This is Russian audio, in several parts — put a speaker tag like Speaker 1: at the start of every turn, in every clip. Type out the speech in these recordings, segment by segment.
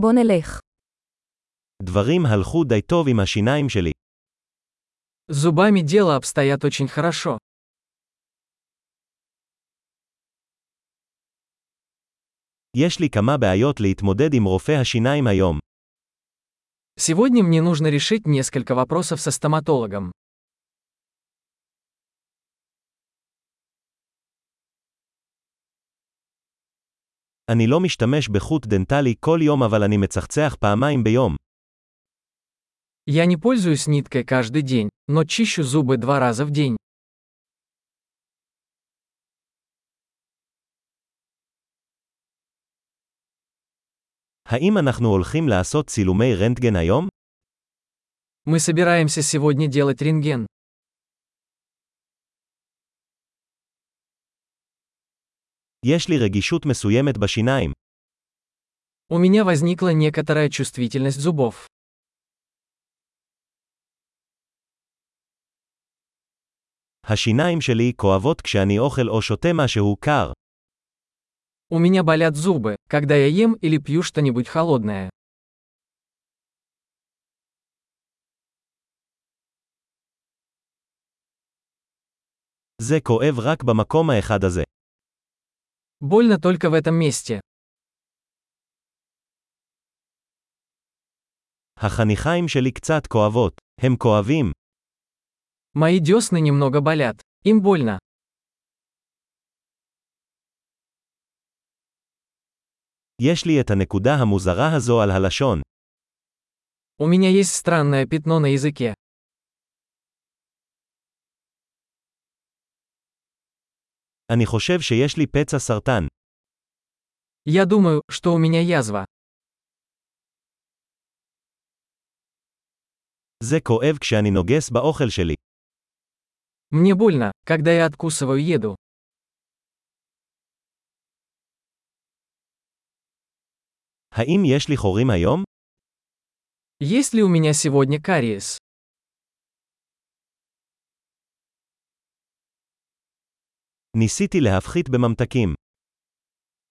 Speaker 1: בוא נלך.
Speaker 2: דברים הלכו די טוב עם השיניים שלי.
Speaker 3: С Зубами дело обстоят очень хорошо.
Speaker 2: יש לי כמה בעיות להתמודד עם רופא השיניים היום.
Speaker 3: Сегодня мне нужно решить несколько вопросов со стоматологом.
Speaker 2: אני לא משתמש בחוט דנטלי כל יום אבל אני מצחצח פעמיים ביום.
Speaker 3: Я не пользуюсь ниткой каждый день, но чищу зубы два раза в день.
Speaker 2: האם אנחנו הולכים לעשות צילומי רנטגן היום?
Speaker 3: Мы собираемся сегодня делать рентген.
Speaker 2: יש לי רגישות מסוימת בשיניים.
Speaker 3: У меня возникла некоторая чувствительность зубов.
Speaker 2: השיניים שלי כואבות כשאני אוכל או שותה משהו קר.
Speaker 3: У меня болят зубы, когда я ем или пью что-нибудь холодное.
Speaker 2: זה כואב רק במקום האחד הזה.
Speaker 3: Больно только в этом месте.
Speaker 2: החניכיים שלי קצת כואבות. הם כואבים.
Speaker 3: Мои десны немного болят. Им больно.
Speaker 2: יש לי את הנקודה המוזרה הזו על הלשון.
Speaker 3: У меня есть странное пятно на языке.
Speaker 2: אני חושב שיש לי פצע סרטן.
Speaker 3: Я думаю, что у меня язва.
Speaker 2: זה כואב כשאני נוגס באוכל שלי.
Speaker 3: Мне больно, когда я откусываю еду.
Speaker 2: האם יש לי חורים היום?
Speaker 3: Есть ли у меня сегодня кариес?
Speaker 2: ניסיתי להפחית בממתקים.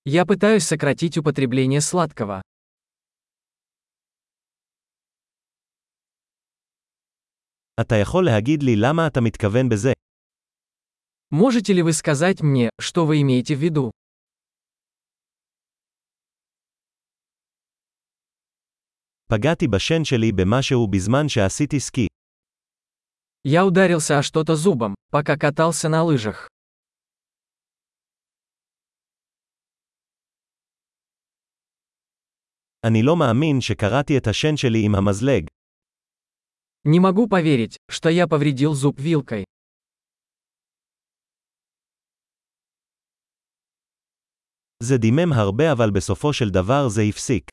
Speaker 3: Я пытаюсь сократить употребление сладкого.
Speaker 2: אתה יכול להגיד לי למה אתה מתכוון בזה?
Speaker 3: Можете ли вы сказать мне, что вы имеете в виду?
Speaker 2: פגעתי בשן שלי במשהו בזמן שעשיתי סקי.
Speaker 3: Я ударился о что-то зубом, пока катался на лыжах.
Speaker 2: אני לא מאמין שקרעתי את השן שלי עם המזלג.
Speaker 3: Не могу поверить, что я повредил зуб вилкой.
Speaker 2: זה דימם הרבה אבל בסופו של דבר זה הפסיק.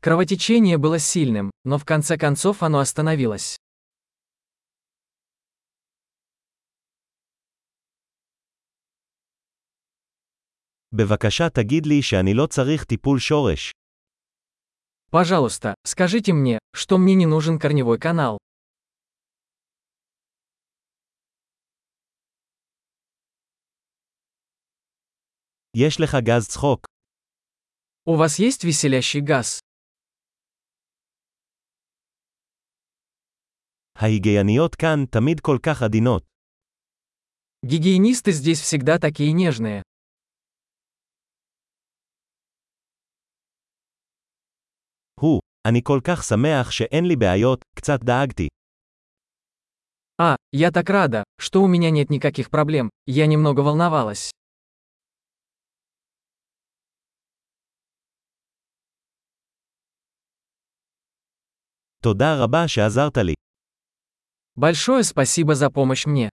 Speaker 3: Кровотечение было сильным, но в конце концов оно остановилось.
Speaker 2: בבקשה תגיד לי שאני לא צריך טיפול שורש.
Speaker 3: Пожалуйста, скажите мне, что мне не нужен корневой канал.
Speaker 2: יש לך גז צחוק.
Speaker 3: У вас есть веселящий газ?
Speaker 2: ההיגייניות כאן תמיד כל כך עדינות.
Speaker 3: Гигиенисты здесь всегда такие нежные.
Speaker 2: הוא, אני כל כך שמח שאין לי בעיות, קצת דאגתי.
Speaker 3: А, я так рада, что у меня нет никаких проблем, я немного волновалась.
Speaker 2: תודה רבה שעזרת לי.
Speaker 3: Большое спасибо за помощь мне.